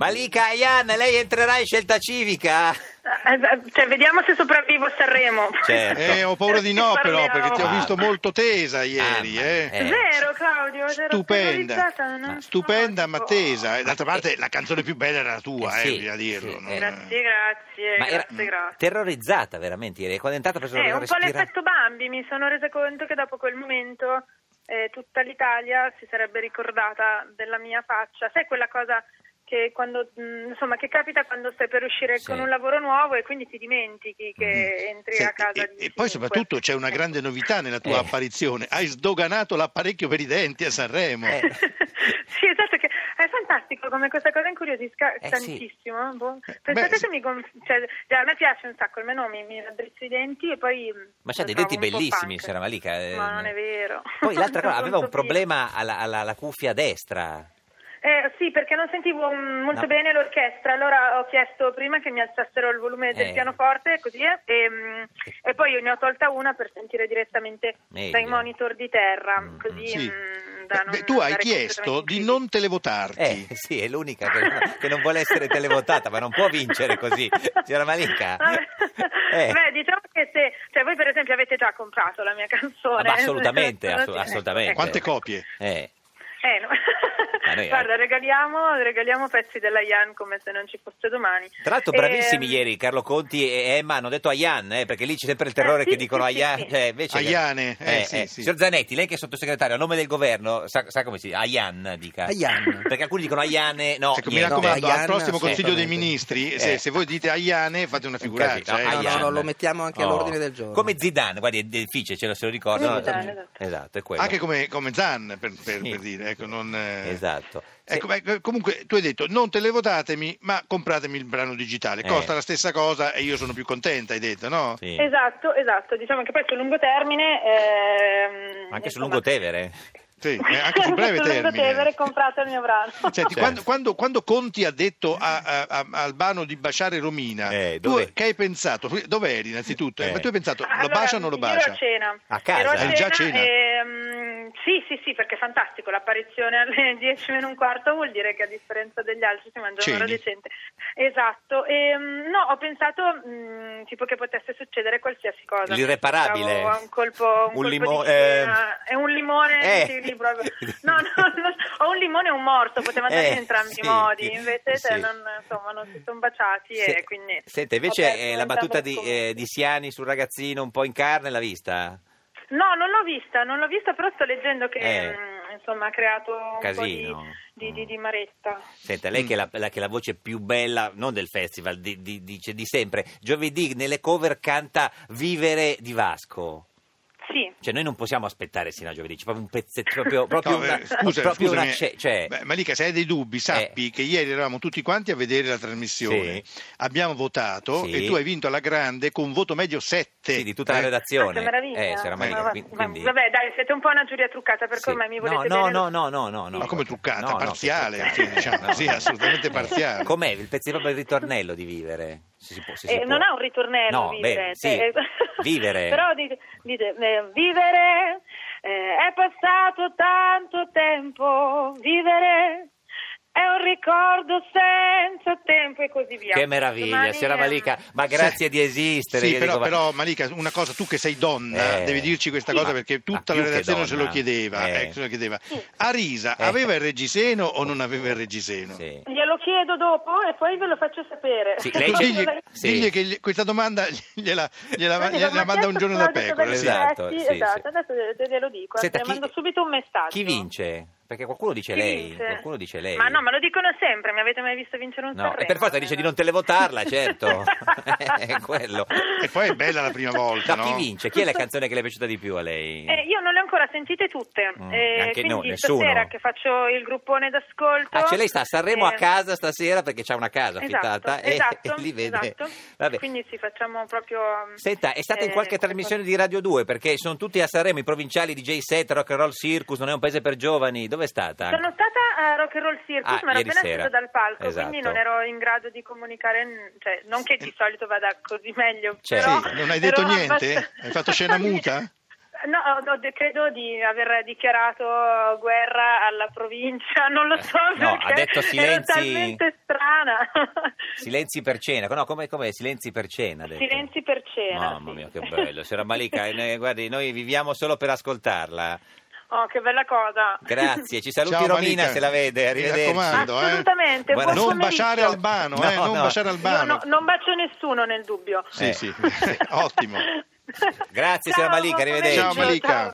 Ma lì, Kayan, lei entrerà in scelta civica? Eh, cioè, vediamo se sopravvivo a Sanremo. Certo. Eh, ho paura di no, però, Parliamo. perché ti ho visto molto tesa ieri, Ah, ma- eh. eh. Vero Claudio, ero Stupenda, terrorizzata, non so, stupenda tipo- ma tesa. Eh, D'altra parte la canzone più bella era la tua, Eh, eh, sì, bisogna dirlo. sì, non- eh. Grazie, grazie, Ma era grazie, grazie. terrorizzata veramente ieri. Quando è entrata ha preso Eh, la un po' respira... l'effetto Bambi, mi sono resa conto che dopo quel momento eh, tutta l'Italia si sarebbe ricordata della mia faccia. Sai quella cosa che quando mh, insomma che capita quando stai per uscire Sì. con un lavoro nuovo e quindi ti dimentichi che entri a Mm-hmm. Senti, casa e, di e poi chiunque. Eh. soprattutto c'è una grande novità nella tua Eh. apparizione. Hai sdoganato l'apparecchio per i denti a Sanremo. Eh. sì, esatto, che è fantastico come questa cosa incuriosisca Eh, tantissimo. Boh. Eh, Pensate beh, che sì. mi gonf- cioè, già, a me piace un sacco il mio nome, mi raddrizzo i denti e poi... mh, Ma c'ha lo dei denti trovo diciamo un po' bellissimi, punk. Sera Malika. eh. Ma non è vero. Poi l'altra cosa, Non aveva un so dire. problema alla, alla- alla cuffia destra. Eh, sì, perché non sentivo mm, molto No. bene l'orchestra, allora ho chiesto prima che mi alzassero il volume del Eh. pianoforte così, eh, e, mm, e poi io ne ho tolta una per sentire direttamente Meglio. dai monitor di terra, Mm, così Sì. Eh, mm, da non Beh, tu hai andare chiesto completamente di in non televotarti. Eh, sì, è l'unica che, che non vuole essere televotata, ma non può vincere così, signora Malika. Vabbè. Eh. Beh, diciamo che se cioè voi per esempio avete già comprato la mia canzone. Ah, Ma assolutamente, assu- assolutamente. Quante copie? Eh, Eh, no. Ma noi- eh. Guarda, regaliamo, regaliamo pezzi della Ian come se non ci fosse domani. Tra l'altro bravissimi Ehm, ieri Carlo Conti e Emma hanno detto Ayan, eh, perché lì c'è sempre il terrore Eh, sì, che dicono sì, sì, Ayan. sì. cioè, invece- Ayane, eh, sì, sì. Signor Zanetti, lei che è sottosegretario a nome del governo, sa, sa come si dice? Ayan, dica. Ayan. Perché alcuni dicono Ayane, no. Ecco, mi niente. raccomando, no, al Ayane, prossimo Consiglio dei assolutamente. Ministri, Eh. se, se voi dite Aiane, fate una Capito, figuraccia. eh. no, Ayan. Oh. no, lo mettiamo anche all'ordine del giorno. Come Zidane, guardi, è difficile, ce lo, se lo ricordo. Zidane, Esatto. esatto. Esatto, è quello. Anche come, come Zan, per, per- Sì. per dire. Ecco, non, eh. Esatto. Sì. Ecco, beh, comunque tu hai detto non televotatemi, ma compratemi il brano digitale. Eh. Costa la stessa cosa e io sono più contenta, hai detto, no? Sì. Esatto, esatto, diciamo che poi sul lungo termine... ehm, Anche sul insomma, Lungotevere. Sì, eh, anche sul breve sul lungo termine. Cioè, Tevere comprate il mio brano. Senti, Certo. quando, quando- quando Conti ha detto a, a- a- a Albano di baciare Romina, Eh, tu dove? che hai pensato? Dove eri innanzitutto? Eh, Eh. Ma tu hai pensato, lo Allora, bacia o non lo Io bacia? ero a cena. A casa? Ero a Eri cena, già a cena? e, mm, sì, sì, sì, perché è fantastico. L'apparizione alle 10 meno un quarto vuol dire che a differenza degli altri si mangia un'ora Ceni. decente. Esatto. E, mm, no, ho pensato mm, tipo che potesse succedere qualsiasi cosa. L'irreparabile. Pensavo a Un colpo, un, Un colpo di limo- scena. È un limone. Eh. sì, lì proprio. No, no, no, ho un limone e un morto. Poteva andare Eh, in entrambi sì, i modi. sì, Invece cioè, sì. non, insomma, non si sono baciati. Se- e quindi Senta, ho invece perso eh, la entrambi battuta i di, commenti. eh, di Siani sul ragazzino un po' in carne l'ha vista? No, non l'ho vista, non l'ho vista, però sto leggendo che Eh. mh, insomma ha creato un po' Casino. di- di, di, Mm. di maretta. Senta, lei che è la, la- che è la voce più bella, non del festival, di, di- dice di sempre, giovedì nelle cover canta Vivere di Vasco. Sì. Cioè noi non possiamo aspettare sino a giovedì, c'è proprio un pezzetto, proprio, proprio No, una, eh, scusa, proprio scusami, una ce- cioè, Eh. beh, Malika, se hai dei dubbi, sappi che ieri eravamo tutti quanti a vedere la trasmissione. Abbiamo votato Sì. e tu hai vinto alla grande con un voto medio Eh. 7. sì, di tutta la redazione. Ah, che meraviglia. Eh, signora Ma Malika, va- qui- ma- quindi- Vabbè, dai, siete un po' una giuria truccata perché Sì. ormai mi volete no, bene. no, no, no, no, no. Ma come truccata? Parziale, che sì, diciamo, sì, assolutamente Eh, parziale. Com'è il pezzetto proprio il ritornello di vivere? Se si può- se si Eh, può. non ha un ritornello No, vivere. beh, sì. eh, Vivere. Però dite, dite, eh, vivere, eh, è passato tanto tempo, vivere è un ricordo senza tempo e così via. Che meraviglia, Domani, signora eh, Malika, ma grazie di esistere. Sì, io però, dico, ma- però, Malika, una cosa, tu che sei donna, Eh, devi dirci questa sì, cosa ma- perché ma tutta più la che redazione donna, ce lo chiedeva. eh. eh, ce lo chiedeva. Arisa, Eh. aveva il reggiseno o non aveva il reggiseno? Sì. Glielo chiedo dopo e poi ve lo faccio sapere. Sì, Tu lei c'è- digli, Sì. digli che gli- questa domanda gliela, gliela- Quindi gliela mi ha manda un chiesto giorno da Claudio pecora. sì. Sabatini Esatto, Petti, sì, sì. esatto, adesso te- te lo dico, Senta, te chi- mando subito un messaggio. Chi vince? Perché qualcuno dice Chi lei. vince? Qualcuno dice lei. Ma no, me lo dicono sempre, mi avete mai visto vincere un No, Sanremo? e per forza dice di non televotarla, certo. È quello. E poi è bella la prima volta, No, no? chi vince? Chi è la canzone che le è piaciuta di più a lei? Eh, io non le ho ancora sentite tutte, Mm, eh, anche quindi no, nessuno. stasera che faccio il gruppone d'ascolto... Ah, cioè lei sta a Sanremo a eh, casa stasera perché c'ha una casa Esatto, affittata e- esatto, e, lì vede. esatto. Vabbè. Quindi sì, facciamo proprio... Senta, è stata in eh, qualche trasmissione di Radio 2 perché sono tutti a Sanremo, i provinciali DJ 7, Rock and Roll Circus, non è un paese per giovani. Dove è stata? Sono stata a Rock and Roll Circus, Ah, ma ero ieri appena sera. scesa dal palco, Esatto. quindi non ero in grado di comunicare, n- cioè, non che di solito vada così meglio, Certo. però... Sì, non hai detto ero niente? abbast- Hai fatto scena muta? No, ho- ho de- credo di aver dichiarato guerra alla provincia, non lo so Eh, No, perché ha detto Silenzi- è talmente strana. Silenzi per cena, no, come, come silenzi per cena? ha detto. Silenzi per cena. Mamma sì. mia, che bello. Signora Malika, eh, noi- guardi, noi viviamo solo per ascoltarla. Oh, che bella cosa. Grazie, ci saluti Ciao, Romina Malika. se la vede, Mi arrivederci. raccomando. eh. Assolutamente, Buona- buon Buonasera. Non pomeriggio. baciare Albano, eh, No, non no. baciare Io Albano. no- non bacio nessuno nel dubbio. Sì, Eh. sì, ottimo. Grazie, signora Malika, buon arrivederci. Ciao, pomeriggio, Malika.